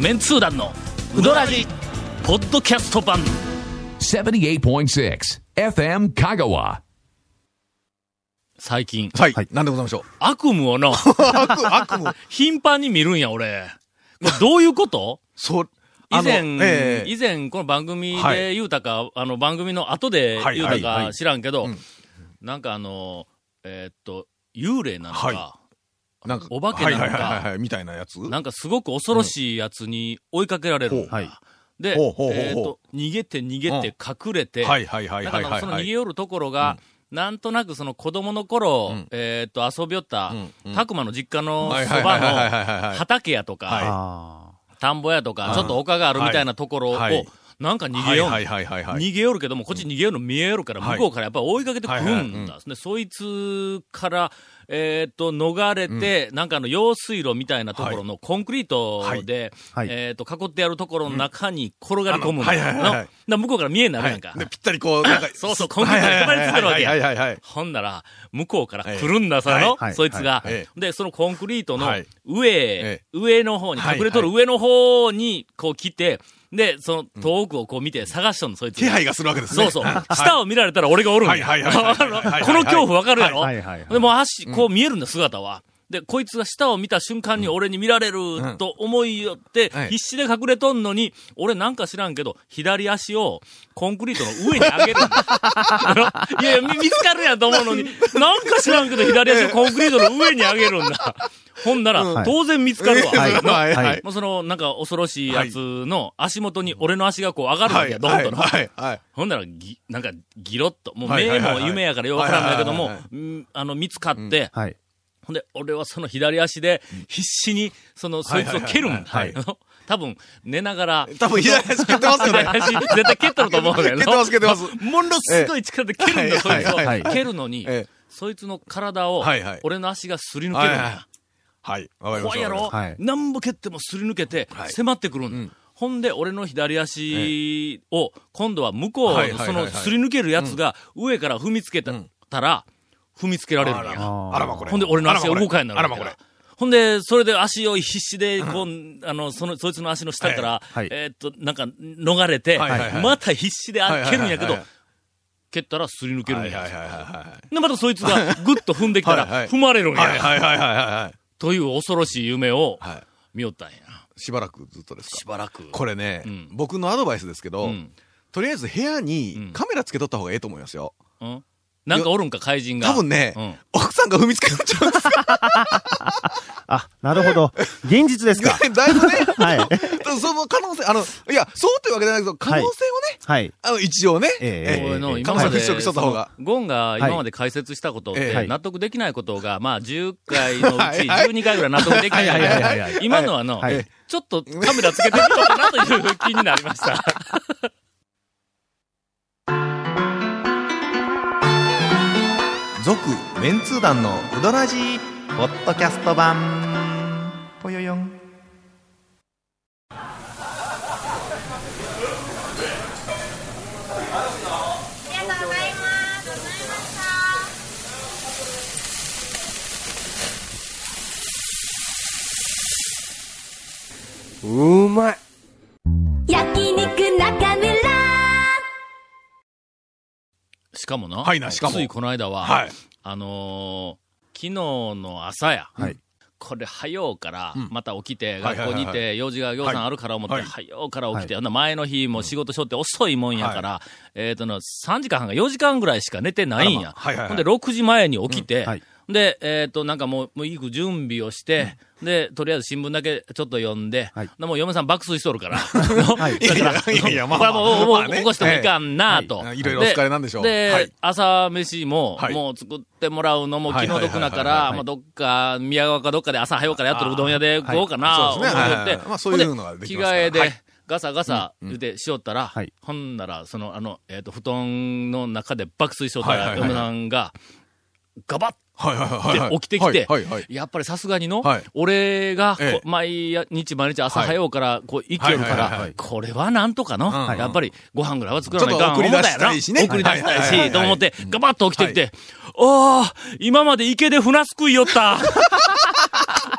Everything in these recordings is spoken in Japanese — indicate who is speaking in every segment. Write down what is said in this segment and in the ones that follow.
Speaker 1: メンツー団のウドラジポッドキャスト版
Speaker 2: 78.6 FM Kagawa.
Speaker 1: 最近
Speaker 3: はい。なんでございましょう。
Speaker 1: 悪夢を の
Speaker 3: 悪、悪夢。
Speaker 1: 頻繁に見るんや俺これどういう こと
Speaker 3: そう。
Speaker 1: 以前、
Speaker 3: ええ
Speaker 1: 以前この番組
Speaker 3: は
Speaker 1: で
Speaker 3: い
Speaker 1: 言うたか、あの番組の後で
Speaker 3: はい
Speaker 1: 言うた
Speaker 3: はい
Speaker 1: か
Speaker 3: はい
Speaker 1: 知らんけど、
Speaker 3: うん
Speaker 1: なんかあの、えーっと、幽霊なのか、
Speaker 3: はなんか
Speaker 1: お化けなのか
Speaker 3: はいはいはいはいはい、みたいなやつ
Speaker 1: なんかすごく恐ろしいやつに追いかけられるんだ
Speaker 3: ほう
Speaker 1: で、
Speaker 3: ほうほうほうほう
Speaker 1: えーっと、逃げて逃げて隠れて、
Speaker 3: はいはいはい
Speaker 1: だ
Speaker 3: は
Speaker 1: か
Speaker 3: い
Speaker 1: ら
Speaker 3: はい
Speaker 1: その
Speaker 3: は
Speaker 1: 逃げ
Speaker 3: い。
Speaker 1: 寄るところが、なんとなくその子供の頃、
Speaker 3: ん
Speaker 1: えーっと、遊びよった
Speaker 3: ん、うん
Speaker 1: たくまの実家の
Speaker 3: はい
Speaker 1: そ
Speaker 3: はいはいはいはいはい
Speaker 1: ばの畑やとか、
Speaker 3: はい
Speaker 1: 田んぼやとか、ちょっと丘があるみたいなところを、
Speaker 3: はい
Speaker 1: なんか逃
Speaker 3: は
Speaker 1: げ
Speaker 3: い
Speaker 1: よう、
Speaker 3: はいはいはいはい。
Speaker 1: 逃げよるけども、こっち逃げよるの見えよるから、
Speaker 3: は
Speaker 1: 向
Speaker 3: い
Speaker 1: こうからやっぱ追いかけてくるんだ、
Speaker 3: はいはい
Speaker 1: ねそいつから、えーっと、逃れて、なんかあの、用水路みたいなところのコンクリートで、
Speaker 4: はいはい
Speaker 1: えーっと、囲ってやるところの中に転がり込むんだ。
Speaker 3: はいはいはいはい
Speaker 1: なだから向こうから見えになる
Speaker 3: は
Speaker 1: やん
Speaker 3: い
Speaker 1: か。、
Speaker 3: で、ぴったりこう、なんか
Speaker 1: そうそうコンクリートにへばりついてるわけや
Speaker 3: はいはいはいはい。
Speaker 1: ほんなら、向こうから来るんだ、その、
Speaker 4: はい
Speaker 1: そいつが、
Speaker 3: はいはい
Speaker 1: で、そのコンクリートの
Speaker 3: はい
Speaker 1: 上、
Speaker 3: え
Speaker 1: 上の方に、
Speaker 3: はい
Speaker 1: 隠れとる上の方に、こう来て、で、その遠くをこう見て探しとんの、そいつ
Speaker 3: 気配がするわけですね。
Speaker 1: そうそう。下を見られたら俺がおるんや。
Speaker 3: はいはいはいはいはいはいはいはい
Speaker 1: この恐怖わかるやろ
Speaker 4: はいはいはいはい
Speaker 1: でもう足、こう見えるんだ、姿は。で、こいつが下を見た瞬間に俺に見られると思いよって
Speaker 3: は、い
Speaker 1: 必死で隠れとんのに、俺なんか知らんけど、左足をコンクリートの上に上げるんだ。 あのいやいや、み見つかるやんと思う のに、なんか知らんけど左足をコンクリートの上に上げるんだ。ほんなら、
Speaker 4: ん
Speaker 1: 当然見つかるわ。
Speaker 4: はい
Speaker 3: はい
Speaker 4: は
Speaker 3: はいい。
Speaker 1: もうその、なんか恐ろしいやつの足元に俺の足がこう上がるわ
Speaker 3: は
Speaker 1: け
Speaker 3: い
Speaker 1: や、どんとな。
Speaker 3: はいはい。
Speaker 1: ほんならぎ、なんか、ギロッと、もう
Speaker 3: はいは
Speaker 1: 目
Speaker 3: いはいはい
Speaker 1: も夢やからよくわからんだけども
Speaker 3: はいはいは、
Speaker 1: うんあの、見つかって、
Speaker 4: はい。
Speaker 1: ほんで、俺はその左足で、必死に、その、そいつを蹴るんだ
Speaker 3: はいはいはいは。
Speaker 1: 多分、寝ながら、
Speaker 3: 多分、左足蹴ってますよね
Speaker 1: 左。足、 絶対蹴っとると思うんだけど。
Speaker 3: 蹴ってます蹴ってます
Speaker 1: ものすごい力で蹴るんだ、
Speaker 3: ええ
Speaker 1: そいつ
Speaker 3: はい
Speaker 4: はいは
Speaker 1: を。
Speaker 4: い
Speaker 1: 蹴るのに
Speaker 3: ええ、
Speaker 1: そいつの体を
Speaker 3: はいはい、
Speaker 1: 俺の足がすり抜けるん
Speaker 3: はい
Speaker 1: だ
Speaker 3: は。はい。わか
Speaker 1: 怖い
Speaker 3: りました
Speaker 1: やろ、
Speaker 4: はい
Speaker 1: なんぼ蹴ってもすり抜けて、
Speaker 3: はい
Speaker 1: 迫ってくるんだ、ほんで、俺の左足を、今度は向こう
Speaker 3: はいはい
Speaker 1: の、
Speaker 3: はい
Speaker 1: その、すり抜けるやつが、上から踏みつけたたら、踏みつけられるんや。
Speaker 4: あ
Speaker 3: あらまこれ。
Speaker 1: ほんで、俺の足
Speaker 3: あら
Speaker 1: が
Speaker 3: まこれ
Speaker 1: 動かへんなる
Speaker 3: あ
Speaker 1: わ
Speaker 3: ら
Speaker 1: け
Speaker 3: ま
Speaker 1: だ
Speaker 3: これ。
Speaker 1: ほんで、それで足を必死で、こう、あの、その、そいつの足の下から、
Speaker 4: はいはい
Speaker 1: えーっと、なんか、逃れて、
Speaker 3: はいはいはい
Speaker 1: また必死で
Speaker 3: はいはいはい
Speaker 1: 蹴るんやけど
Speaker 3: はいはいはい、
Speaker 1: 蹴ったらすり抜けるん
Speaker 3: は
Speaker 1: や。
Speaker 3: いはいはいは
Speaker 1: で、またそいつがぐっと踏んできたら、
Speaker 3: はいはい
Speaker 1: 踏まれるんや、
Speaker 3: い。はいはいはいはいはい
Speaker 1: という恐ろしい夢を
Speaker 3: はい。はい。
Speaker 1: 見よったんや。
Speaker 3: しばらくずっとですか
Speaker 1: しばらく。
Speaker 3: これね、
Speaker 1: うん
Speaker 3: 僕のアドバイスですけど、
Speaker 1: うん
Speaker 3: とりあえず部屋
Speaker 1: うん
Speaker 3: にカメラつけとった方がええと思いますよ。
Speaker 1: うんなんかおるんか、怪人が。
Speaker 3: 多分ね、
Speaker 1: うん
Speaker 3: 奥さんが踏みつけるんちゃうんですか
Speaker 4: あ、なるほど。現実です か。
Speaker 3: だいぶね、
Speaker 4: はい。
Speaker 3: その可能性、あの、いや、そうというわけじゃないけど、可能性をね、
Speaker 4: はい。
Speaker 3: あの、一応ね、
Speaker 4: ええええ
Speaker 1: 俺の
Speaker 4: ええ
Speaker 1: 今ま
Speaker 3: カメ
Speaker 1: で、
Speaker 3: ラ払拭しとった方が
Speaker 1: そのゴンが今まで解説したことっ
Speaker 3: はい
Speaker 4: え
Speaker 1: て
Speaker 4: え
Speaker 1: 納得できないことが、まあ10回のうち
Speaker 3: はいはい
Speaker 1: 12回ぐらい納得できない
Speaker 4: はいはいはい
Speaker 1: か
Speaker 4: はい
Speaker 1: ら、今のはあの、
Speaker 4: はい
Speaker 1: ちょっとカメラつけてみようかなという気になりました。
Speaker 5: 続メンツー団のウドラジーポッドキャスト版ぽよよん
Speaker 6: ありがとうございます。ございました。
Speaker 7: 焼肉中村
Speaker 1: しかもな、
Speaker 3: はいなしかも
Speaker 1: ついこの間は、
Speaker 3: はい
Speaker 1: あのー昨日の朝や、
Speaker 4: はい
Speaker 1: これ、早うから、
Speaker 3: ん
Speaker 1: また起きて、
Speaker 3: はい
Speaker 1: 学校にい
Speaker 3: はいはい
Speaker 1: て、用事が行さんあるから思って、
Speaker 3: はい
Speaker 1: 早うから起きて、ほんなら前の日も仕事しょって遅いもんやから、えっ、との、3時間半か4時間ぐらいしか寝てないんや。
Speaker 3: あらまはいはいはい
Speaker 1: ほんで、6時前に起きて、
Speaker 4: んはい
Speaker 1: で、えっ、と、なんかもう、もう行く準備をして、で、とりあえず新聞だけちょっと読んで、
Speaker 4: はい
Speaker 1: でもう嫁さん爆睡しとる から。
Speaker 4: い
Speaker 1: だから
Speaker 3: いやい やまあ
Speaker 1: これはもう、も
Speaker 3: まあ
Speaker 1: う
Speaker 3: ね
Speaker 1: 起こしてもいかんなと。
Speaker 3: はいいろいろお疲れなんでしょう
Speaker 1: で、
Speaker 3: はい
Speaker 1: 朝飯も、
Speaker 3: はい
Speaker 1: もう作ってもらうのも気の毒なか
Speaker 3: はいはいはいはい
Speaker 1: ら、
Speaker 3: はい
Speaker 1: まあどっか、宮川かどっかで朝早うからやってるうどん屋で食おうかな、思
Speaker 3: そうです
Speaker 1: っ
Speaker 3: ねはい
Speaker 1: て
Speaker 3: は。いまあそういうのができますか
Speaker 1: ほん
Speaker 3: ら
Speaker 1: で着替え
Speaker 3: は
Speaker 1: で
Speaker 3: い、
Speaker 1: ガサガサ言うてしよったら
Speaker 4: はい、
Speaker 1: ほんなら、その、あの、えっと、布団の中で爆睡しよった
Speaker 3: はいは
Speaker 1: ら、
Speaker 3: いはい
Speaker 1: 嫁さんが、ガバッ
Speaker 3: はいはいはいはい。
Speaker 1: で起きてきて
Speaker 3: はいはいはい。
Speaker 1: やっぱりさすがにの、
Speaker 3: はい
Speaker 1: 俺がこう、
Speaker 3: ええ
Speaker 1: 毎日毎日朝早うから、こう、生きよるか
Speaker 3: はいはいはい
Speaker 1: ら
Speaker 3: はい、
Speaker 1: これはなんとかの、
Speaker 3: うん
Speaker 1: やっぱりご飯ぐらいは作らないかん
Speaker 3: ちょっと送り出したい
Speaker 1: 思ったんやな
Speaker 3: しね
Speaker 1: 送り出したい
Speaker 3: はいはいはいはい
Speaker 1: し、と思って、ガ バッと起きてきて、おー、今まで池で船すくいよった。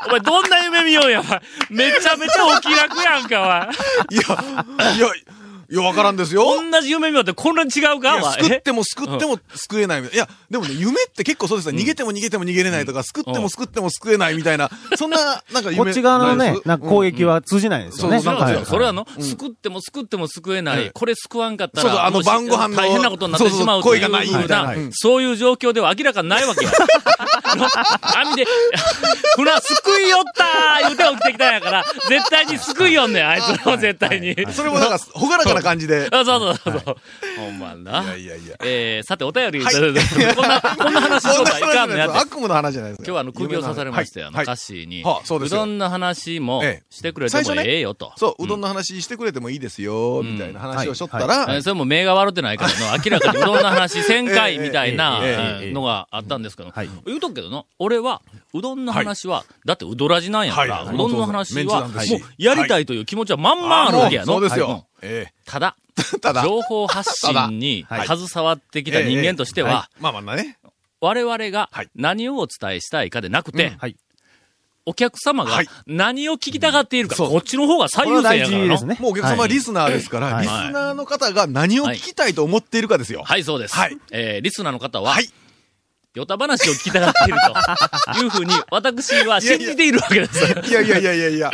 Speaker 1: お前どんな夢見ようや、お前。めちゃめちゃお気楽やんか、
Speaker 3: いや、いや、いや、わからんですよ。
Speaker 1: お前。同じ夢見ようってこんなに違う
Speaker 3: い
Speaker 1: か、お
Speaker 3: や
Speaker 1: 前。
Speaker 3: 救っ
Speaker 1: え
Speaker 3: ても救っても救えないみたいな。いや、でもね、夢って結構そうですよ。逃げても逃げても逃げれないとか、救っても救っても救えないみたいな、そんな、なんか夢。
Speaker 4: こっち側の
Speaker 3: ない
Speaker 4: ね
Speaker 3: です、
Speaker 4: なんか攻撃は通じないですよね。
Speaker 3: うんそう
Speaker 1: そう
Speaker 3: なん
Speaker 1: で
Speaker 3: ですす
Speaker 1: よそ
Speaker 3: は。い
Speaker 1: れはあの、
Speaker 3: うん
Speaker 1: 救っても救っても救えない。
Speaker 3: ええ
Speaker 1: これ救わんかった
Speaker 3: そう
Speaker 1: ら。
Speaker 3: そうあの
Speaker 1: もし
Speaker 3: 晩ご飯の
Speaker 1: 大変なことになってしまう
Speaker 3: そうそ
Speaker 1: と
Speaker 3: う
Speaker 1: いう
Speaker 3: 声がない
Speaker 1: ふう
Speaker 3: みたいなうん
Speaker 1: そういう状況では明らかにないわけや。 あの、網で、ほら、救いよったー言うて起きてきたんやから、絶対に救いよんねん、あいつの絶対に。
Speaker 3: それもなんか、ほがらかな感じで。
Speaker 1: あ、そうそうそうそう。ほんまな。
Speaker 3: いやいやいや。
Speaker 1: えー、さて、お便り、
Speaker 3: はい
Speaker 1: こんな、 こんな話し
Speaker 3: そ
Speaker 1: と
Speaker 3: ん
Speaker 1: っ
Speaker 3: な
Speaker 1: たらい
Speaker 3: 話じ
Speaker 1: か
Speaker 3: ゃ
Speaker 1: んの
Speaker 3: ない
Speaker 1: や
Speaker 3: で
Speaker 1: って。
Speaker 3: す悪夢の話じゃないですか。
Speaker 1: 今日はあの、首を刺されましたよ、あの
Speaker 3: はい
Speaker 1: 歌詞に。
Speaker 3: はあそうですよ
Speaker 1: どんの話も
Speaker 3: ええ
Speaker 1: してくれてもええよと。
Speaker 3: そう、うどんの話してくれてもいいですよ、みたいな話をしとった
Speaker 1: えー
Speaker 3: ら、
Speaker 1: それも名が悪ってないからの、明らかにうどんの話1000回みたいな
Speaker 3: えええ
Speaker 1: えーのがあったんですけど、言うとくけどな、俺は、うどんの話は、だってうどらじなんやから、
Speaker 3: はいう
Speaker 1: どんの話は、
Speaker 3: そ
Speaker 1: も
Speaker 3: うそうメンツなんですし
Speaker 1: うやりたいという気持ちはまんまあるわけやの。
Speaker 3: そうです
Speaker 1: はい
Speaker 3: よ。ええ。
Speaker 1: ただ、
Speaker 3: ただ、
Speaker 1: 情報発信に
Speaker 4: ただはい
Speaker 1: 携わってきた人間としては、
Speaker 3: はいまあまあね。
Speaker 1: 我々が
Speaker 3: はい
Speaker 1: 何をお伝えしたいかでなくて、
Speaker 4: はい
Speaker 1: お客様が
Speaker 3: はい
Speaker 1: 何を聞きたがっているか、
Speaker 3: そう
Speaker 1: こっちの方が最
Speaker 4: これは
Speaker 1: 優先
Speaker 4: 大
Speaker 1: やから
Speaker 4: 事で
Speaker 1: な
Speaker 4: す。ね。
Speaker 3: もうお客様
Speaker 4: は
Speaker 3: はいリスナーですから、
Speaker 4: はい
Speaker 3: リスナーの方が何を聞きたいと思っているかですよ。
Speaker 1: はい、そうです。
Speaker 3: はい
Speaker 1: えーリスナーの方は、
Speaker 3: はい。
Speaker 1: ヨタ話を聞きたがっているというふうに、私は信じているわけです。
Speaker 3: いやいやいやい やいや。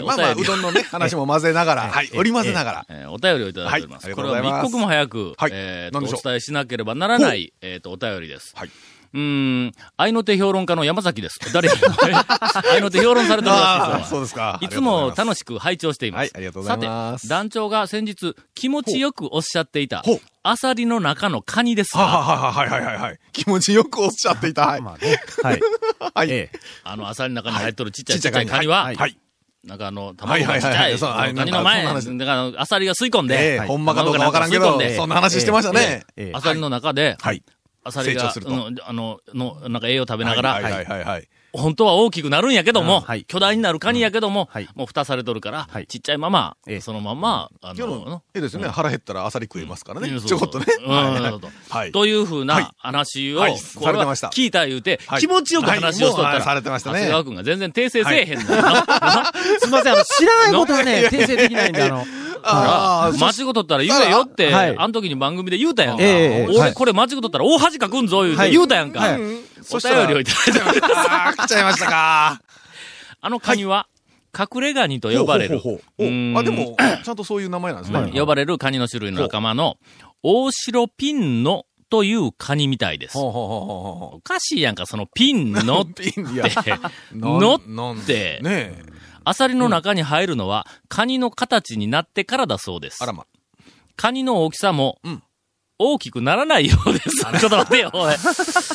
Speaker 1: えー
Speaker 3: ー、まあまあ、
Speaker 1: お便り
Speaker 3: うどんのね、話も混ぜ ながら、はい、織り混ぜながら。
Speaker 1: えーお便りをいただいております。
Speaker 3: はいあり
Speaker 1: これ
Speaker 3: がとうご
Speaker 1: は
Speaker 3: ざいます
Speaker 1: 一刻も早く、
Speaker 3: はい
Speaker 1: えー
Speaker 3: 何でし
Speaker 1: と
Speaker 3: ょう
Speaker 1: お伝えしなければならない、えーと、お便りです。
Speaker 3: はいう
Speaker 1: ーん、愛の手評論家の山崎です。誰に 愛の手評論されてるらしい
Speaker 3: あ
Speaker 1: で
Speaker 3: あ、
Speaker 1: す
Speaker 3: そうですか。
Speaker 1: いつも
Speaker 3: ありがとうございます
Speaker 1: 楽しく拝聴しています。
Speaker 3: はいありがとうございます
Speaker 1: さて、団長が先日気持ちよくおっしゃっていた
Speaker 3: ほう、
Speaker 1: アサリの中のカニです
Speaker 3: は
Speaker 1: が、
Speaker 3: はははいはいはいはい。気持ちよくおっしゃっていた。はい。
Speaker 4: まあね。はい。
Speaker 3: はい。
Speaker 4: え
Speaker 1: あのアサリの中に入っとるちっちゃ
Speaker 3: ち
Speaker 1: い
Speaker 3: っ
Speaker 1: ち
Speaker 3: ち
Speaker 1: っ
Speaker 3: ゃ
Speaker 1: ちゃい
Speaker 3: い
Speaker 1: カ
Speaker 3: カ
Speaker 1: ニ
Speaker 3: ニ
Speaker 1: は
Speaker 3: は、いはい
Speaker 1: なんかあの、
Speaker 3: は
Speaker 1: 卵
Speaker 3: い
Speaker 1: が
Speaker 3: は
Speaker 1: ち
Speaker 3: い
Speaker 1: っちゃ
Speaker 3: はい
Speaker 1: い、
Speaker 3: そうあれ
Speaker 1: カニの前、
Speaker 3: な
Speaker 1: だか
Speaker 3: んかそ
Speaker 1: らアサリが吸い込ん
Speaker 3: え
Speaker 1: で、
Speaker 3: え、ほんまかどうかわからんけ
Speaker 1: 吸い込
Speaker 3: ど
Speaker 1: で、
Speaker 3: そんな話してましたね。
Speaker 4: ええ
Speaker 1: アサリの中で、
Speaker 3: はい。
Speaker 1: アサリ
Speaker 3: 成
Speaker 1: が
Speaker 3: 長す、ると
Speaker 1: うんあの、の、なんか栄養食べながら、
Speaker 3: はいはいはいはい。
Speaker 1: 本当は大きくなるんやけども、
Speaker 4: うんはい
Speaker 1: 巨大になるカニやけども、
Speaker 4: はい
Speaker 1: もう蓋されとるから、
Speaker 4: はい
Speaker 1: ちっちゃいまま、
Speaker 4: ええ
Speaker 1: そのまま、あ
Speaker 3: 今日
Speaker 1: の
Speaker 3: の、、ええですよね。腹減ったらアサリ食えますから
Speaker 1: うん
Speaker 3: ね。
Speaker 1: そう
Speaker 3: ち
Speaker 1: そ
Speaker 3: ょ
Speaker 1: う
Speaker 3: こっとね。
Speaker 1: うん
Speaker 3: はい
Speaker 1: なるほど
Speaker 3: はい。
Speaker 1: というふう
Speaker 3: はい
Speaker 1: な話を、
Speaker 3: はい
Speaker 1: これ
Speaker 3: されて
Speaker 1: は
Speaker 3: ました
Speaker 1: 聞いた言うて、
Speaker 3: はい
Speaker 1: 気持ちよく話をしとったら、
Speaker 3: はいもうされてましたね
Speaker 1: 長谷川くんが全然訂正せえへんのよな。
Speaker 4: すみません、あの、知らないこと はね、訂正できないんで、あの、
Speaker 3: ああ、
Speaker 1: 間違うとったら言えよって、
Speaker 4: はい
Speaker 1: あの時に番組で言うたやんか。
Speaker 4: ええええは
Speaker 1: 俺
Speaker 4: い
Speaker 1: これ間違うとったら大恥かくんぞ、言うて言うたやんか。
Speaker 4: はい
Speaker 1: お便りをいただいてます
Speaker 3: ああ、来ちゃいましたか。
Speaker 1: あのカニは、隠れガニと 呼ばれる。
Speaker 3: ほうほ
Speaker 1: う
Speaker 3: うほうほ
Speaker 1: ーん
Speaker 3: うあ、でも、ちゃんとそういう名前なんです
Speaker 1: まあ
Speaker 3: ね。
Speaker 1: 呼ばれるカニの種類の仲間の、大白ピンノというカニみたいです。
Speaker 3: ほうほうほうほうほうほう。
Speaker 1: おかしいやんか、そのピンノっ
Speaker 3: ピンいや
Speaker 1: て。
Speaker 3: なん
Speaker 1: のっ
Speaker 3: なん
Speaker 1: て
Speaker 3: ねえ。
Speaker 1: アサリの中に入るのは、カニの形になってからだそうです
Speaker 3: あ。らま。
Speaker 1: カニの大きさも
Speaker 3: うん、
Speaker 1: 大きくならないようです。ちょっと待ってよ、おい。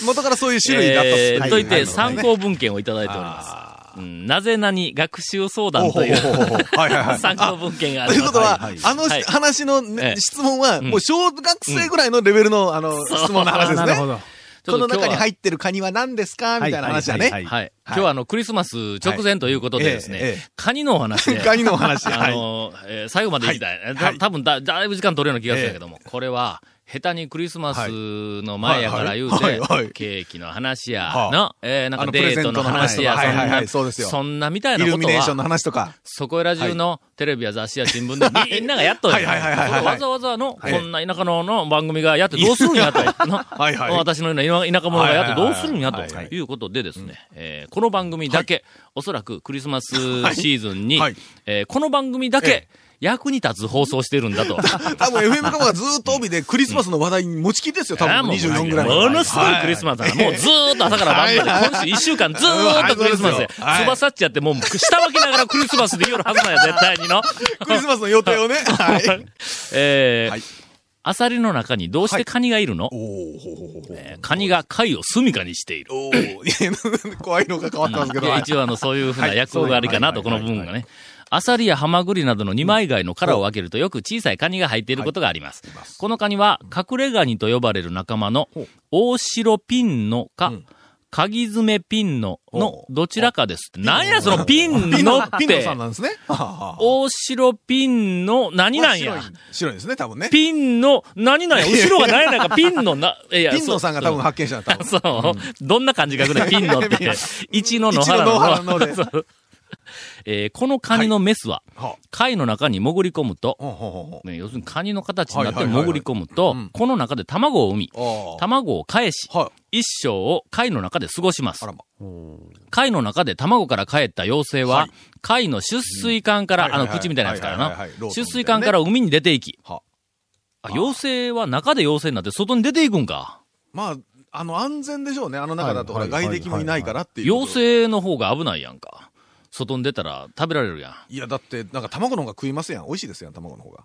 Speaker 3: 元からそういう種類だったっ
Speaker 1: え
Speaker 3: す
Speaker 1: ー
Speaker 3: ね
Speaker 1: といて、
Speaker 3: は
Speaker 1: 参
Speaker 3: い
Speaker 1: 考文献をいただいております。
Speaker 3: あ
Speaker 1: うんなぜなに学習相
Speaker 3: ーほ
Speaker 1: 談
Speaker 3: うほ
Speaker 1: と
Speaker 3: う
Speaker 1: いう
Speaker 3: ほうほうほうはいはいは い。
Speaker 1: 参考文献があ
Speaker 3: と
Speaker 1: り
Speaker 3: いう
Speaker 1: ます
Speaker 3: こと。は、あの
Speaker 1: はい
Speaker 3: 話の
Speaker 1: え
Speaker 3: ね
Speaker 1: え
Speaker 3: 質問は、
Speaker 1: うん
Speaker 3: もう小学生ぐらいのレベルの、あの、
Speaker 1: そう
Speaker 3: 質問の話です
Speaker 4: なるほ
Speaker 3: ね。
Speaker 4: ど。
Speaker 1: ちょ
Speaker 3: こ
Speaker 1: っと今
Speaker 3: の
Speaker 1: 日
Speaker 3: 中に
Speaker 1: は
Speaker 3: 入ってるカニは何ですかみたいな話だ
Speaker 4: はい
Speaker 3: ね。
Speaker 4: はいはい
Speaker 1: はい。今日はあの、クリスマス直前ということでですね、
Speaker 3: はいええええ
Speaker 1: カニのお 話で、
Speaker 3: カニのお話。
Speaker 1: あ
Speaker 3: はい。
Speaker 1: の、えー最後まで行きたい。
Speaker 3: はい
Speaker 1: た
Speaker 3: はい
Speaker 1: 多分だ、だいぶ時間取れるような気がするんやけども、これは、下手にクリスマスの前やから言うて、
Speaker 3: はいはいはいはい
Speaker 1: ケーキの話や、
Speaker 3: はあ
Speaker 1: の、えーなんか
Speaker 3: あの
Speaker 1: デートの話や、
Speaker 3: プレゼントの話とかはいはいはい
Speaker 1: そ
Speaker 3: そ
Speaker 1: ん
Speaker 3: う
Speaker 1: な、
Speaker 3: ですよ
Speaker 1: そんなみたい
Speaker 3: イ
Speaker 1: な
Speaker 3: ル
Speaker 1: こと
Speaker 3: ミネーション
Speaker 1: は、
Speaker 3: の話とか。
Speaker 1: そこいら中のテレビや雑誌や新聞でみんながやっとる。
Speaker 3: はい はいはいはいはい
Speaker 1: そこわざわざの、
Speaker 3: はい
Speaker 1: こんな田舎のの番組がやってどうするんやと。の
Speaker 3: はいはい
Speaker 1: 私のような田舎者がやってどうするんやと
Speaker 3: はいはいはいはい
Speaker 1: いうことでですね、えーこの番組だけ、おそらくクリスマスシーズンに
Speaker 3: はいはい、
Speaker 1: えーこの番組だ
Speaker 3: え
Speaker 1: け役に立つ放送してるんだと。
Speaker 3: 多分 FM カモがずーっと帯でクリスマスの話題に持ちきりですよ。多
Speaker 1: あー
Speaker 3: 分
Speaker 1: もう
Speaker 3: 24ぐらい。
Speaker 1: ものすごいクリス
Speaker 3: マ
Speaker 1: マスだな。もうずーっと朝から晩まで、今週一週間ずーっとクリスマスで、
Speaker 3: はいはい
Speaker 1: 翼っちやってもう下分けながらクリスマスで言うはずなんや、絶対にの。
Speaker 3: ス。クリスマスの予定をね。はい。
Speaker 1: えー
Speaker 3: はい
Speaker 1: アサリの中にどうしてカニがいるの、
Speaker 3: おーほうほうほうほう
Speaker 1: えーカニが貝を住処にしている。
Speaker 3: おーいや 怖いのが変わったんですけ
Speaker 1: い
Speaker 3: ど。
Speaker 1: や一応あの、そういうふうな役割かなと、この部分がね。アサリやハマグリなどの二枚貝の殻を開けるとよく小さいカニが入っていることがあります。このカニは隠れガニと呼ばれる仲間の大白ピンのか、鍵爪ピンノのどちらかですって。なんやそのピン
Speaker 3: ピ
Speaker 1: ノ
Speaker 3: ノ
Speaker 1: っ、
Speaker 3: ピノ
Speaker 1: て
Speaker 3: さん。なんですね。はあはあ
Speaker 1: 大城ピンの何なんや
Speaker 3: まあ。白い白いですね、多分ね。
Speaker 1: ピンの何なんや。後ろが何やなんかピンのな、いや
Speaker 3: ピンノさんが多分
Speaker 1: そう
Speaker 3: 発見したんだ多
Speaker 1: そ
Speaker 3: 分
Speaker 1: う。どんな感じ書くね、ピンのって。 一の野
Speaker 3: 一の
Speaker 1: 原
Speaker 3: 野原
Speaker 1: の。
Speaker 3: ので。
Speaker 1: そうえーこのカニのメスは、
Speaker 3: は
Speaker 1: 貝の中に潜り込むと
Speaker 3: あ、ほうほうほう
Speaker 1: ね要するにカニの形になって
Speaker 3: はいはいはいはい
Speaker 1: 潜り込むと
Speaker 3: うん、
Speaker 1: この中で卵を産み、
Speaker 3: ほうあ
Speaker 1: 卵を返し
Speaker 3: あ。、はい。
Speaker 1: 一生を貝の中で過ごします
Speaker 3: あ。らま。
Speaker 1: 貝の中で卵から帰った妖精は、
Speaker 3: はい
Speaker 1: 貝の出水管から、
Speaker 3: うんはいはい
Speaker 1: あ
Speaker 3: はい
Speaker 1: の、口みたいなやつから
Speaker 3: はいはいはいはい
Speaker 1: な
Speaker 3: ロ、ーソン
Speaker 1: 出
Speaker 3: みたいなね
Speaker 1: 水管から海に出ていき、
Speaker 3: は
Speaker 1: あ妖精は中で妖精になって外に出ていくんか。
Speaker 3: まあ、あの、安全でしょうね。あの中だと、ほ
Speaker 4: は
Speaker 3: ら、
Speaker 4: いはい
Speaker 3: 外敵もいないからっていう。
Speaker 1: 妖精の方が危ないやんか。外に出たら食べられるや
Speaker 3: いや、だって、なんか卵の方が食いますやん。美味しいですやん、卵 の方が。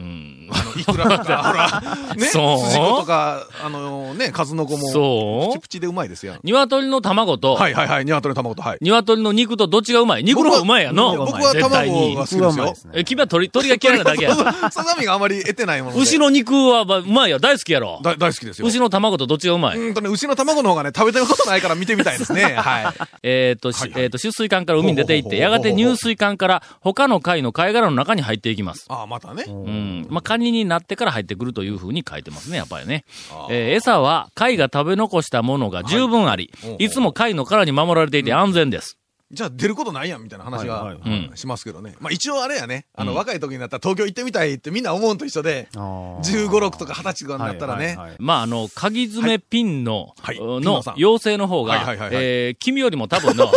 Speaker 1: ん。うん。
Speaker 3: あの、いくらとか、ほら、ね、
Speaker 1: そう
Speaker 3: 筋子とか、あのね、数の子も、
Speaker 1: そう
Speaker 3: プチプチでうまいですやん。
Speaker 1: 鶏の卵と、
Speaker 3: はいはいはい、鶏の卵と、はい。
Speaker 1: 鶏の肉とどっちがうまい肉の方がうまいやの。
Speaker 3: 僕は僕
Speaker 1: お
Speaker 3: は
Speaker 1: 前絶対
Speaker 3: 卵
Speaker 1: に
Speaker 3: が好。きです
Speaker 4: 僕はうまい
Speaker 3: よ
Speaker 4: です。ね
Speaker 1: え、君は鳥、鳥が嫌いなだけや。
Speaker 3: さざみがあまり得てないもので。
Speaker 1: 牛の肉はまあうまいや。大好きやろ。
Speaker 3: だ大好きですよ。
Speaker 1: 牛の卵とどっちがうまい、
Speaker 3: うんとね、牛の卵の方がね、食べてることないから見てみたいですね。はい。
Speaker 1: えっ、と、
Speaker 3: はい
Speaker 1: し
Speaker 3: はい
Speaker 1: えっ、と、出水管から海に出ていっ
Speaker 3: ほうほ
Speaker 1: て、
Speaker 3: うほ
Speaker 1: や
Speaker 3: うほう
Speaker 1: がて入水管から他の貝の貝殻の中に入っていきます。
Speaker 3: ああ、またね。
Speaker 1: うん。まあ、カニになってから入ってくるというふうに書いてますね、やっぱりね。えー餌は貝が食べ残したものが十分あり、
Speaker 3: はいおうおう
Speaker 1: い、つも貝の殻に守られていて安全です。
Speaker 3: じゃあ出ることないやんみたいな話は、
Speaker 4: はいはい
Speaker 1: はいうん
Speaker 3: しますけどね。まあ一応あれやね、あ
Speaker 1: う
Speaker 3: の
Speaker 1: ん
Speaker 3: 若い時になったら東京行ってみたいってみんな思うんと一緒で、15、6とか20歳とかになったらね、
Speaker 1: まあ、あの、鍵爪ピンの、
Speaker 3: はいはいピン
Speaker 1: の
Speaker 3: のさん
Speaker 1: 妖精の方が、
Speaker 3: はいはいはいはい
Speaker 1: えー君よりも多分 の、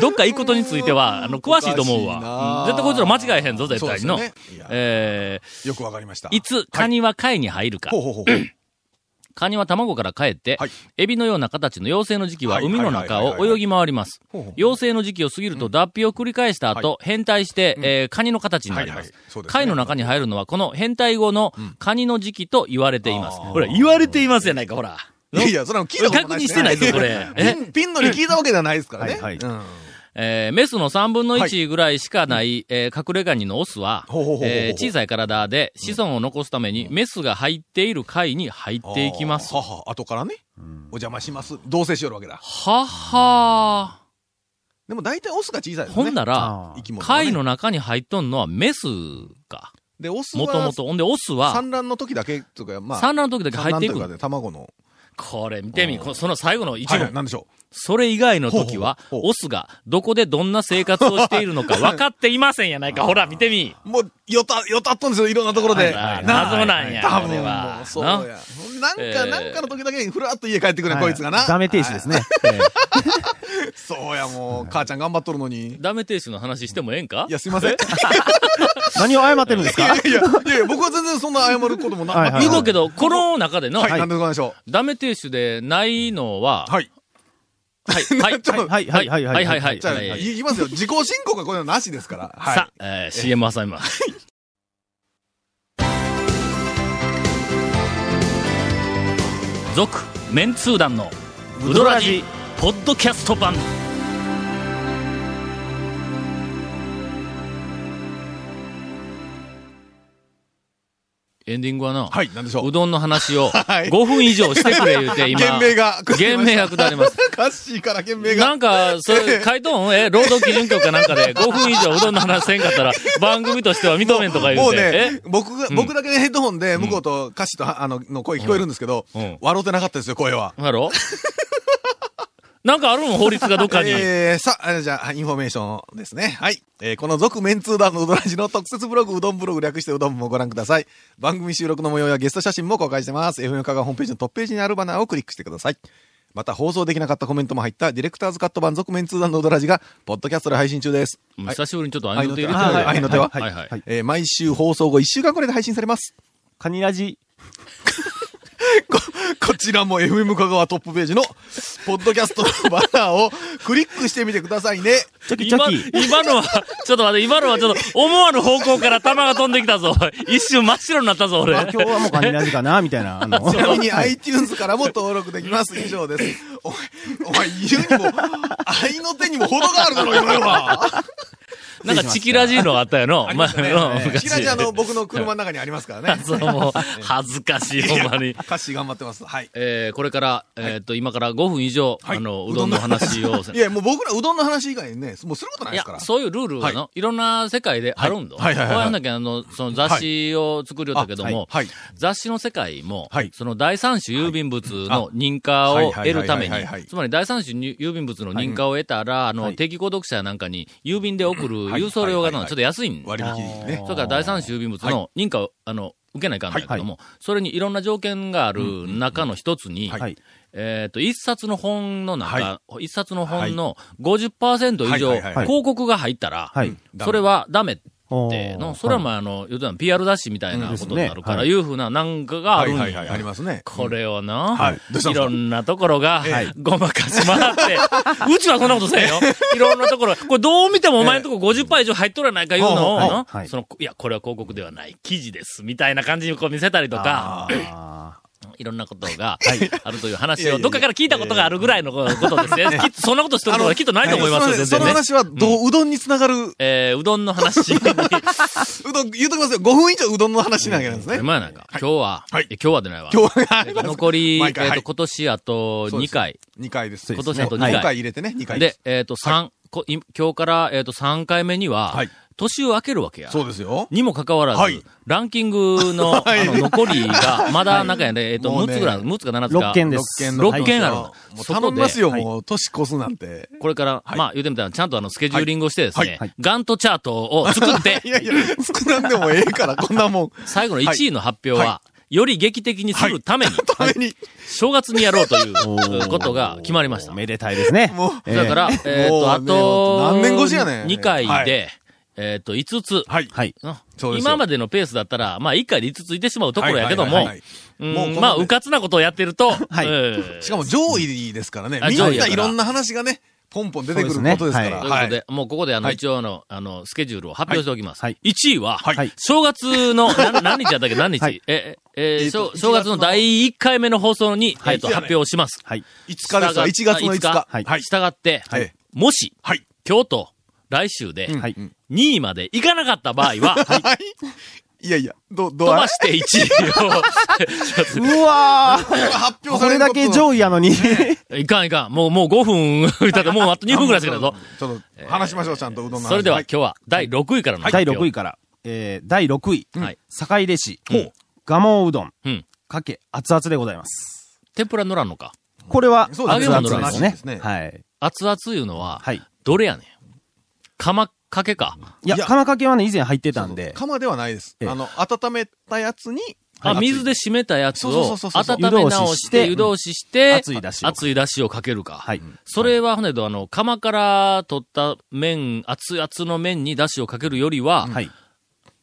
Speaker 1: どっか行くことについては、あの、詳しいと思う
Speaker 3: おかしいな
Speaker 1: わ。
Speaker 3: あ
Speaker 1: うん絶対こいつら間違えへんぞ、絶
Speaker 3: そうで
Speaker 1: 対
Speaker 3: す
Speaker 1: の。
Speaker 3: よねいや
Speaker 1: え
Speaker 3: よくわかりました。
Speaker 1: ーいつカニは貝に入るか。
Speaker 3: ほうほうほうほう。
Speaker 1: カニは卵から帰って、
Speaker 3: はい
Speaker 1: エビのような形の妖精の時期は
Speaker 3: はい
Speaker 1: 海の中
Speaker 3: は
Speaker 1: を
Speaker 3: いはいはいは
Speaker 1: 泳
Speaker 3: い
Speaker 1: ぎ回ります
Speaker 3: ほうほう。
Speaker 1: 妖精の時期を過ぎると脱皮を繰り返した後、変態して、えーカニの形になりま
Speaker 3: はい
Speaker 1: す
Speaker 3: はいそう。ですね
Speaker 1: 貝の中に入るのはこの変態後のカニの時期と言われています。
Speaker 3: あー
Speaker 1: ほら、言われていますやないか、ほら。
Speaker 3: いやいや、それは聞いたことない、
Speaker 1: 確認してないぞこれえ
Speaker 3: ピンピンのに聞いたわけではないですからね。
Speaker 4: はいはい
Speaker 3: うん
Speaker 1: えーメスの3分の1ぐらいしかない、えー隠れガニのオスは、
Speaker 3: ほうほうほうほう
Speaker 1: えー小さい体で子孫を残すために、メスが入っている貝に入っていきます。
Speaker 3: あーはは、後からね、お邪魔します。同棲しよるわけだ。
Speaker 1: はっは
Speaker 3: でも大体オスが小さ
Speaker 1: ー。
Speaker 3: いですね。
Speaker 1: ほんなら、
Speaker 4: あ
Speaker 3: 生き物がね
Speaker 1: 貝の中に入っとんのはメスか。
Speaker 3: で、オス
Speaker 1: も
Speaker 3: は
Speaker 1: ともと。ほんで、オスは、
Speaker 3: 産卵の時だけとか、まあ、
Speaker 1: 産卵の時だけ入っていく
Speaker 3: 産卵とかで卵の。
Speaker 1: これ見てみ、
Speaker 3: うん
Speaker 1: こその最後の一
Speaker 3: はい
Speaker 1: 部。
Speaker 3: はい、なんでしょ
Speaker 1: それ以外の時は、
Speaker 3: ほうほうほう
Speaker 1: オスがどこでどんな生活をしているの か分かっていませんやないか。ほら、見てみ。
Speaker 3: う。もう、よた、よたっとんですよ、いろんなところで。
Speaker 1: あ
Speaker 3: な
Speaker 1: 謎なんや。
Speaker 3: 多
Speaker 1: こ
Speaker 3: 分
Speaker 1: れ
Speaker 3: も
Speaker 1: は
Speaker 3: う、そうや。
Speaker 1: な
Speaker 3: なんか、
Speaker 1: えー
Speaker 3: なんかの時だけにふらっと家帰ってくる
Speaker 4: はい
Speaker 3: こいつがな。
Speaker 4: ダメ停止です
Speaker 3: ね。
Speaker 4: ね。
Speaker 3: そうや、もう、母ちゃん頑張っとるのに。
Speaker 1: ダメ亭主の話してもええんか
Speaker 3: いや、すいません。い
Speaker 4: 何を謝ってるんですか
Speaker 3: やいや、いやいや、僕は全然そんな謝ることもな。
Speaker 4: はいいはい
Speaker 1: 言うとくけど、この中での、
Speaker 3: はい、なんでございましょ
Speaker 1: ダメ亭主でないのは、
Speaker 3: う。はい。
Speaker 1: はい、はい、
Speaker 3: ちょっと
Speaker 1: はい、はい、はい、はい、はい、はい、
Speaker 3: じゃあ、
Speaker 1: はい
Speaker 3: いきますよ。自己申告はこういうのなしですから。はい。
Speaker 1: さあ、えー CM 挟みます。続、メンツー団の、ウドラジ、ポッドキャスト版。エンディングはな、
Speaker 3: はい、なんでしょ
Speaker 1: う
Speaker 3: う。
Speaker 1: どんの話を
Speaker 3: はい
Speaker 1: 5分以上してくれ言うて、 今。
Speaker 3: 言名が。
Speaker 1: 言名が下ります。
Speaker 3: カッシーから言名
Speaker 1: な
Speaker 3: が。
Speaker 1: んか、それ、回答音え、 労働基準局かなんかで5分以上うどんの話せんかったら、番組としては認めんとか言
Speaker 3: も
Speaker 1: う
Speaker 3: う
Speaker 1: て。
Speaker 3: ね
Speaker 1: え、
Speaker 3: 僕が、
Speaker 1: ん
Speaker 3: 僕だけねヘッドホンで、向こうと歌詞と、あの、の声聞こえるんですけど
Speaker 1: うんうん、
Speaker 3: 笑ってなかったですよ、声は。
Speaker 1: ほやろなんかあるん法律がどっかに。
Speaker 3: えー、さあ、じゃあ、インフォメーションですね。はい。えー、この続メンツー団のうどらじの特設ブログ、うどんブログ略してうどん部もご覧ください。番組収録の模様やゲスト写真も公開してます。FM カがホームページのトップページにあるバナーをクリックしてください。また、放送できなかったコメントも入った、ディレクターズカット版続メンツー団のうどらじが、ポッドキャストで配信中です。はい
Speaker 1: 久しぶりにちょっと愛の手入れて
Speaker 3: あ
Speaker 1: や
Speaker 3: 愛の手は
Speaker 1: はいはい。
Speaker 4: はい
Speaker 3: えー毎週放送後1週間くらいで配信されます。
Speaker 4: カニラジ。
Speaker 3: こ、 こちらも FM 香川トップページの、ポッドキャストのバナーをクリックしてみてくださいね。
Speaker 4: チョキチョ
Speaker 1: 今、
Speaker 4: キ。
Speaker 1: 今のは、ちょっと待って、今のはちょっと、思わぬ方向から弾が飛んできたぞ。一瞬真っ白になったぞ、俺。
Speaker 4: まあ今日はもうカニラジかな、みたいな。あの、
Speaker 3: ちなみに iTunes からも登録できます。以上です。 お前、お前言うにも、愛の手にも程があるだろ、今のは。
Speaker 1: なんかチキラジーのあったやろ。まあ、うん
Speaker 3: ね。
Speaker 1: 昔
Speaker 3: チキラジあの、僕の車の中にありますからね
Speaker 1: 。そう、もう、恥ずかしい、ほんまに。
Speaker 3: 歌詞頑張ってます。はい。
Speaker 1: えー、これから、えーっと、今から5分以上、
Speaker 3: はい
Speaker 1: あの、うどんの話を。
Speaker 3: いや、もう僕らうどんの話以外にね、もうすることな
Speaker 1: い
Speaker 3: いで
Speaker 1: や
Speaker 3: すから。、
Speaker 1: そういうルールはの、い、ろんな世界であるんだ。
Speaker 3: はいはいはいはい
Speaker 1: こうやんなきゃ、あの、その雑誌を作るよったけども、
Speaker 3: はいはい
Speaker 1: 雑誌の世界も、
Speaker 3: はい
Speaker 1: その第三種郵便物の認可
Speaker 3: はい
Speaker 1: を
Speaker 3: あ
Speaker 1: 得るために
Speaker 3: はいはいはいはいはい、
Speaker 1: つまり第三種に郵便物の認可を得たら、あの、定期購読者なんかに郵便で送る
Speaker 3: はい
Speaker 1: 郵送料がな
Speaker 3: はいはいはい
Speaker 1: ちょっと安いんだ
Speaker 3: 割引ね。
Speaker 1: それから第三種郵便物の認可を、あの、受けないかんだけども、それにいろんな条件がある中の一つに、
Speaker 4: はい。
Speaker 1: えっ、と、一冊の本の中、一、冊の本の
Speaker 3: は
Speaker 1: 50%以
Speaker 3: い
Speaker 1: 上、
Speaker 3: はいはいはい
Speaker 1: 広告が入ったら、
Speaker 4: はい。
Speaker 1: それはダメっ
Speaker 4: お
Speaker 1: て
Speaker 4: ー
Speaker 1: の、それはまあ、あの、言うたら PR 雑誌みたいな
Speaker 4: うん
Speaker 1: こ
Speaker 4: です
Speaker 1: と
Speaker 4: ね
Speaker 1: になるから、
Speaker 4: はい
Speaker 1: いうふうななんかがあ
Speaker 3: は
Speaker 1: る
Speaker 3: い
Speaker 1: ん
Speaker 3: はいはい、あり
Speaker 1: よ。
Speaker 3: ますね。
Speaker 1: これをな、
Speaker 3: はいどうしたん
Speaker 1: い
Speaker 3: ですか
Speaker 1: ろんなところが
Speaker 3: はい、
Speaker 1: ごまかし回 って、うちはこんなことせえよ。いろんなところ、これどう見てもお前のとこ50%以上入っとるやないか言うのを、
Speaker 4: はい
Speaker 1: の
Speaker 4: はい
Speaker 1: その、いや、これは広告ではない、記事です、みたいな感じにこう見せたりとか、
Speaker 4: あ
Speaker 1: いろんなことがあるという話を、
Speaker 3: いやいやいや
Speaker 1: どっかから聞いたことがあるぐらいのことですね。きっとそんなことしてるとはきっとないと思いますよ、
Speaker 3: その
Speaker 1: 全
Speaker 3: そ
Speaker 1: 然
Speaker 3: の
Speaker 1: ね。
Speaker 3: 話は、どう、うどんにつながる、う
Speaker 1: えー、うどんの 話に。
Speaker 3: どん、言うときますよ。5分以上うどんの話しなきゃなんですね。
Speaker 1: 今やないか。今日は、
Speaker 3: はい
Speaker 1: え今日はでないわ。
Speaker 3: 今日は、
Speaker 1: えっと残り、えっ
Speaker 3: 毎
Speaker 1: と、
Speaker 3: 回はい
Speaker 1: 今年あと2回。
Speaker 3: 2回です。
Speaker 1: 今年あと二
Speaker 3: もう
Speaker 1: 回
Speaker 3: 今回入れてね、2回
Speaker 1: で、えっと、三、こい今日から、えっと、3回目には、
Speaker 3: はい
Speaker 1: 年を明けるわけや。
Speaker 3: そうですよ。
Speaker 1: にもかかわらず、
Speaker 3: はい
Speaker 1: ランキング の、あ
Speaker 3: はい
Speaker 1: の、残りが、まだ、なんかやね、えっと、
Speaker 3: もう
Speaker 1: 6
Speaker 3: ね
Speaker 1: つぐらい、6つか7つ
Speaker 4: ー
Speaker 1: か。
Speaker 4: 六件
Speaker 3: 6
Speaker 4: です。
Speaker 3: 件
Speaker 1: 六件ある
Speaker 3: もう
Speaker 1: そこで
Speaker 3: 頼みますよ、
Speaker 4: はい
Speaker 3: もう、年越すなんて。
Speaker 1: これから、まあ言うてみたら、ちゃんとあの、スケジューリングをしてですね、
Speaker 3: はい
Speaker 4: はい
Speaker 1: ガントチャートを作って
Speaker 3: い、やいや、少なんでもええから、こんなもん。
Speaker 1: 最後の1位の発表は、
Speaker 3: は
Speaker 1: より劇的にするために、
Speaker 3: ために、
Speaker 1: 正月にやろうとい
Speaker 4: おー
Speaker 1: うことが決まりました。
Speaker 4: めでたいですね。
Speaker 3: もう、
Speaker 4: えー
Speaker 1: だから、えっ、と、あ
Speaker 3: も
Speaker 1: と、
Speaker 3: うね何年越しやねん
Speaker 1: 2回で、
Speaker 3: はい
Speaker 1: えっ、と、5つ。
Speaker 3: はい。
Speaker 4: はい。
Speaker 1: あ
Speaker 3: そうですよ
Speaker 1: 今までのペースだったら、まあ1回で5ついてしまうところやけど
Speaker 3: はい
Speaker 1: も
Speaker 3: はいはい、
Speaker 1: う
Speaker 3: もうこ
Speaker 1: ん
Speaker 3: の
Speaker 1: まあ、うかつなことをやってると、
Speaker 4: い
Speaker 1: えー
Speaker 3: しかも上位ですからね
Speaker 1: あ。
Speaker 3: みん
Speaker 1: 上位や
Speaker 3: な
Speaker 1: から
Speaker 3: いろんな話がね、ポンポン出てくることですから。
Speaker 1: ということで、
Speaker 3: はい
Speaker 1: もうここであの、
Speaker 3: はい
Speaker 1: 一応あの、あの、スケジュールを発表しておきます。
Speaker 4: はい
Speaker 1: 1位は、
Speaker 4: はい
Speaker 1: 正月の、な何日だったっけ何日、
Speaker 4: はい
Speaker 1: え、え、え
Speaker 3: え
Speaker 1: ー
Speaker 3: ーと
Speaker 1: 正正月の第1回目の放送に、
Speaker 4: はい
Speaker 1: えっと、発表します。
Speaker 4: はい。
Speaker 3: 5日ですか ?1 月の5日。
Speaker 4: はい
Speaker 1: はい。従って、
Speaker 3: はいはい
Speaker 1: もし、
Speaker 3: はい。
Speaker 1: 今日と来週で、
Speaker 4: はい。
Speaker 1: 2位まで行かなかった場合は、
Speaker 3: いやいや、どう、どう
Speaker 1: 飛
Speaker 3: あ
Speaker 1: ば
Speaker 3: れ
Speaker 1: して1
Speaker 4: うわー
Speaker 3: 発表
Speaker 4: こ
Speaker 3: され
Speaker 4: れ
Speaker 3: るこ
Speaker 4: だ
Speaker 3: と
Speaker 4: け上位やのに。
Speaker 1: 位を、いかんいかん。もう、もう5分、だってもうあと2分くらいしか ないぞ。
Speaker 3: ちょっと話しましょう、ちゃんとうどんの話。
Speaker 1: それでは今
Speaker 3: い
Speaker 1: 日は第6位からの発
Speaker 4: 第
Speaker 1: 表。
Speaker 4: 6位から。えー、第6位。
Speaker 1: はい
Speaker 4: 坂出市。
Speaker 1: ほう
Speaker 4: ガモうどん。
Speaker 1: うん。
Speaker 4: かけ、熱々でございます。
Speaker 1: 天ぷら乗らんのか。
Speaker 4: これは、熱
Speaker 3: そうです
Speaker 1: ね
Speaker 4: 々
Speaker 3: 熱
Speaker 4: です
Speaker 3: 々で
Speaker 4: ね
Speaker 3: すね。
Speaker 4: はい。
Speaker 1: 熱々いうのは、
Speaker 4: はい。
Speaker 1: どれやねん。釜かけか。
Speaker 4: いや、
Speaker 3: いや
Speaker 4: 釜かけはね、以前入ってたんで。
Speaker 3: 釜ではないです。
Speaker 4: ええ
Speaker 3: あの、温めたやつに、
Speaker 1: あ、
Speaker 3: 熱い
Speaker 1: 水で締めたやつ
Speaker 3: そうそ
Speaker 1: を
Speaker 3: うそうそうそう
Speaker 1: 温め直して、湯
Speaker 4: 湯
Speaker 1: 通
Speaker 4: 通
Speaker 1: しして、
Speaker 4: 熱い出汁を
Speaker 1: 熱い出汁をかけるか。
Speaker 4: はい。
Speaker 1: それは、ほねど、あの、釜から取った麺、熱々の麺に出汁をかけるよりは、
Speaker 4: はい。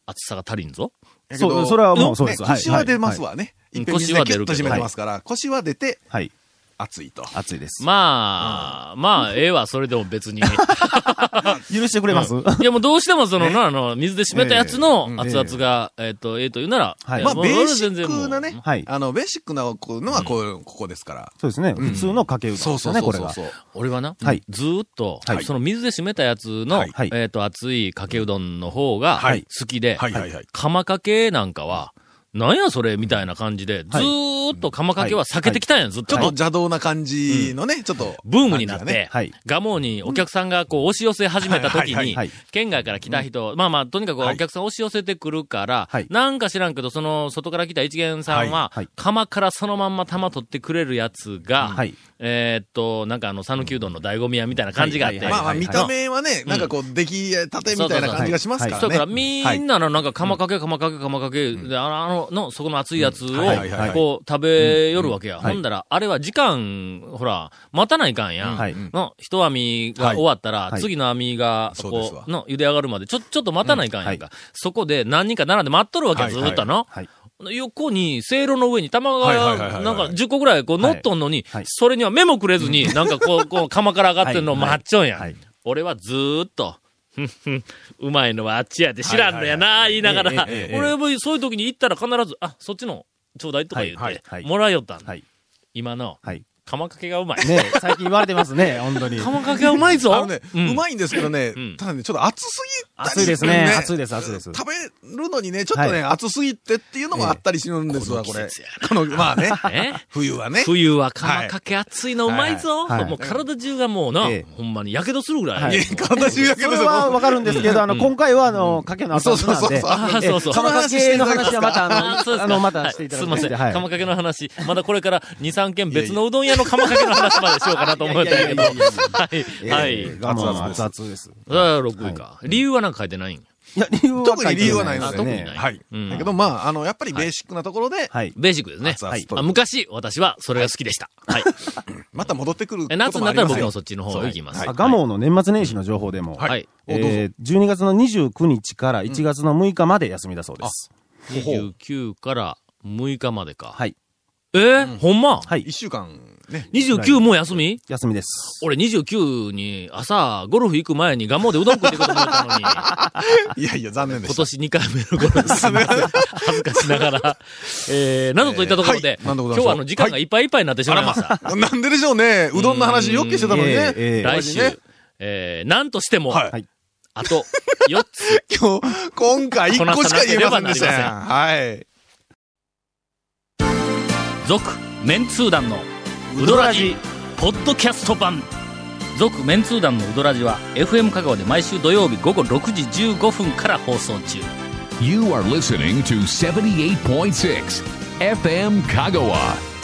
Speaker 1: 熱さが足りんぞ。
Speaker 3: やけ
Speaker 4: そ
Speaker 3: ど
Speaker 4: う、それはもうそう
Speaker 3: ね
Speaker 4: です。はい
Speaker 3: 腰は出ます。わね。
Speaker 1: うん
Speaker 3: 一遍水でキュッと
Speaker 1: 腰は出るけど
Speaker 3: 締めてますから、腰は出て、
Speaker 4: はいはい。
Speaker 3: 熱いと。
Speaker 4: 熱いです。
Speaker 1: まあ、まあ、ええわ、それでも別 に。
Speaker 4: 許してくれます
Speaker 1: いや、もうどうしてもその、な、あの、水で締めたやつの
Speaker 3: ええうん
Speaker 1: 熱々が、えっと、ええと言うなら、
Speaker 4: はい
Speaker 1: い
Speaker 3: ま
Speaker 1: や
Speaker 3: あ、
Speaker 1: もう
Speaker 3: ベーシ
Speaker 1: 全然
Speaker 3: ッ
Speaker 1: もう
Speaker 3: クなね
Speaker 4: はい、
Speaker 3: あの、ベーシックなこうのはこう、ここですから。
Speaker 4: そうですね。普通のかけうどんですよね、これが。
Speaker 3: そう。
Speaker 1: 俺はな、
Speaker 4: はい
Speaker 1: ずーっと、
Speaker 4: はい
Speaker 1: その水で締めたやつの、
Speaker 4: はいはい
Speaker 1: えっ、と、熱いかけうどんの方が
Speaker 4: はい
Speaker 1: 好きで、
Speaker 3: はいはいはい
Speaker 1: 釜かけなんかは、なんやそれみたいな感じで、ずーっと釜かけは避けてきたんや、ずっ
Speaker 3: ち
Speaker 1: と。
Speaker 3: ょっと邪道な感じのね、ちょっと。
Speaker 1: ブームになっ
Speaker 3: 感じが
Speaker 1: て
Speaker 3: ね、
Speaker 4: はい
Speaker 1: ガモにお客さんがこう押し寄せ始めた時
Speaker 3: はいはい
Speaker 1: に
Speaker 4: はいはい、
Speaker 1: 県外から来た人、まあまあ、とにかくお客さん押し寄せてくるから
Speaker 4: はい、
Speaker 1: なんか知らんけど、その外から来た一元さんは
Speaker 4: はいはい、
Speaker 1: 釜からそのまんま玉取ってくれるやつが
Speaker 4: はい、
Speaker 1: えーっと、なんかあの、讃岐うどんの醍醐味屋みたいな感じがあって、
Speaker 4: はい
Speaker 3: まあまあ、
Speaker 4: はい
Speaker 3: 見た目はね、なんかこう、出来たてみたいな感じがしますからね。
Speaker 1: そうだから、み
Speaker 3: はい
Speaker 1: んなのなんか、釜かけ、釜かけ、釜かけ、で、あの、あの、のそこの熱いやつを
Speaker 3: うんはいはいはい、
Speaker 1: こう、食べよるわけや。
Speaker 4: んはい
Speaker 1: ほんだら、あれは時間、ほら、待たないかんや。
Speaker 4: はい
Speaker 1: の、一網が終わったら、
Speaker 4: はい
Speaker 1: 次の網が、
Speaker 3: そうです
Speaker 1: こ
Speaker 3: わ
Speaker 1: う、の、茹で上がるまで、ちょ、ちょっと待たないかんやん
Speaker 4: うんは
Speaker 1: か。そこで、何人か並んで待っとるわけや、
Speaker 3: はい
Speaker 1: ず
Speaker 3: はい
Speaker 1: ーっとな。
Speaker 4: はい。
Speaker 1: 横に、せいろの上に玉
Speaker 3: はいはいはいはいは
Speaker 1: が、
Speaker 3: い
Speaker 1: なんか10個ぐらいこう乗っとんのに
Speaker 4: はいは、い
Speaker 1: それには目もくれずに、なんかこう、こう、釜から上がってんのを
Speaker 4: はいはい
Speaker 1: 待っちょんや
Speaker 4: はい。
Speaker 1: 俺はずーっと、ふんふんうまいのはあっちやで知らんのやな、言いながら
Speaker 4: ええええ、ええ
Speaker 1: 俺もそういう時に行ったら必ず、あ、そっちのちょうだいとか言
Speaker 4: は
Speaker 1: っ
Speaker 4: い
Speaker 1: て
Speaker 4: は、い
Speaker 1: もらいよったんだ
Speaker 4: はい。
Speaker 1: 今の、
Speaker 4: はい。
Speaker 1: 釜かけがうまい。
Speaker 4: ね、最近言われてますね、本当に。
Speaker 1: 釜かけはうまいぞ。
Speaker 3: あのね、
Speaker 1: ん
Speaker 3: うまいんですけどね
Speaker 1: うん、
Speaker 3: ただね、ちょっと熱すぎたり
Speaker 4: 暑いですね。暑いです、暑いです。
Speaker 3: 食べるのにね、ちょっとね、
Speaker 4: は
Speaker 3: 暑すぎてっていうのもあったりするんですわ、これ。この、まあね、
Speaker 1: え
Speaker 3: 冬はね。
Speaker 1: 冬は釜かけ熱いのうまいぞ。
Speaker 4: はいはい
Speaker 1: もう体中がもうな、
Speaker 4: ええ
Speaker 1: ほんまに火傷するぐらい。
Speaker 4: はい
Speaker 3: や、体中やけ
Speaker 4: そ
Speaker 3: ど
Speaker 4: れはわかるんですけど、あの、
Speaker 1: うん
Speaker 4: 今回は、あの、かけの後
Speaker 3: そう
Speaker 4: 々
Speaker 3: そうそう
Speaker 4: なんで
Speaker 3: そう。。
Speaker 1: ああ、そうそう。
Speaker 4: その
Speaker 3: 話
Speaker 4: 話の話はまた、
Speaker 1: あ
Speaker 4: あ
Speaker 1: そうですか
Speaker 4: の、あの、またしていただ
Speaker 1: す
Speaker 4: き
Speaker 1: みま
Speaker 4: ま
Speaker 1: せ
Speaker 4: し
Speaker 1: ん。
Speaker 4: て、はい。
Speaker 1: 釜かけの話。まだこれから2、3件別のうどん屋の釜かけの話までしようかなと思ってたけど。はい。は
Speaker 4: え
Speaker 1: い
Speaker 4: ー。我慢は
Speaker 3: 熱
Speaker 4: 熱々です。
Speaker 1: それは6位か。理由はなんか書いてないん
Speaker 4: いや、理由は書いて
Speaker 3: 特に理由はないの
Speaker 1: あ
Speaker 3: で
Speaker 1: 特に
Speaker 3: ね。
Speaker 1: ない
Speaker 3: はい。
Speaker 1: うん
Speaker 3: だけど、まあ、あの、やっぱりベーシックなところで、
Speaker 4: はい。
Speaker 1: ベーシックですね。
Speaker 3: 熱々っぽい
Speaker 1: あ昔、私はそれが好きでした。はい。
Speaker 3: また戻ってくること
Speaker 1: え
Speaker 3: もあ
Speaker 1: 夏
Speaker 3: り
Speaker 1: になったら
Speaker 3: ま
Speaker 1: 僕
Speaker 3: すよ
Speaker 1: もそっちの方行きます。
Speaker 4: あ、ガモの年末年始の情報でも、
Speaker 1: はい。はい。
Speaker 3: おどうぞ
Speaker 4: えー、12月の29日から1月の6日まで休みだそうです。
Speaker 1: 29から6日までか。
Speaker 4: はい。
Speaker 1: えーほんま
Speaker 4: はい。
Speaker 3: 一週間、ね。
Speaker 1: ?29 もう休み
Speaker 4: 休みです。
Speaker 1: 俺29に朝、ゴルフ行く前にガモでうどん食ってくると思った のに、
Speaker 3: いやいや、残念で
Speaker 1: 今
Speaker 3: した。
Speaker 1: 年2回目のゴルフすみま せん。恥ずかしながら。えー、などといったところで、
Speaker 3: えーはいなん
Speaker 1: 今
Speaker 3: でございましょう
Speaker 1: 日はあの時間がいっぱいいっぱいになってしまいました。
Speaker 3: なんででしょうね。うどんの話よっけしてたのに
Speaker 4: えー
Speaker 3: ね。
Speaker 4: えー
Speaker 1: 来週、
Speaker 3: ね
Speaker 1: えー、なんとしても、
Speaker 3: はい
Speaker 4: はい
Speaker 1: あと4つ。
Speaker 3: 今日、今回一個しか言えませんでした
Speaker 1: こなさなければなり
Speaker 3: やんはい。
Speaker 1: 続、メンツー団のウドラジ、ポッドキャスト版。続、メンツー団のウドラジは、FM 香川で毎週土曜日午後6時15分から放送中。
Speaker 2: You are listening to 78.6 FM Kagawa.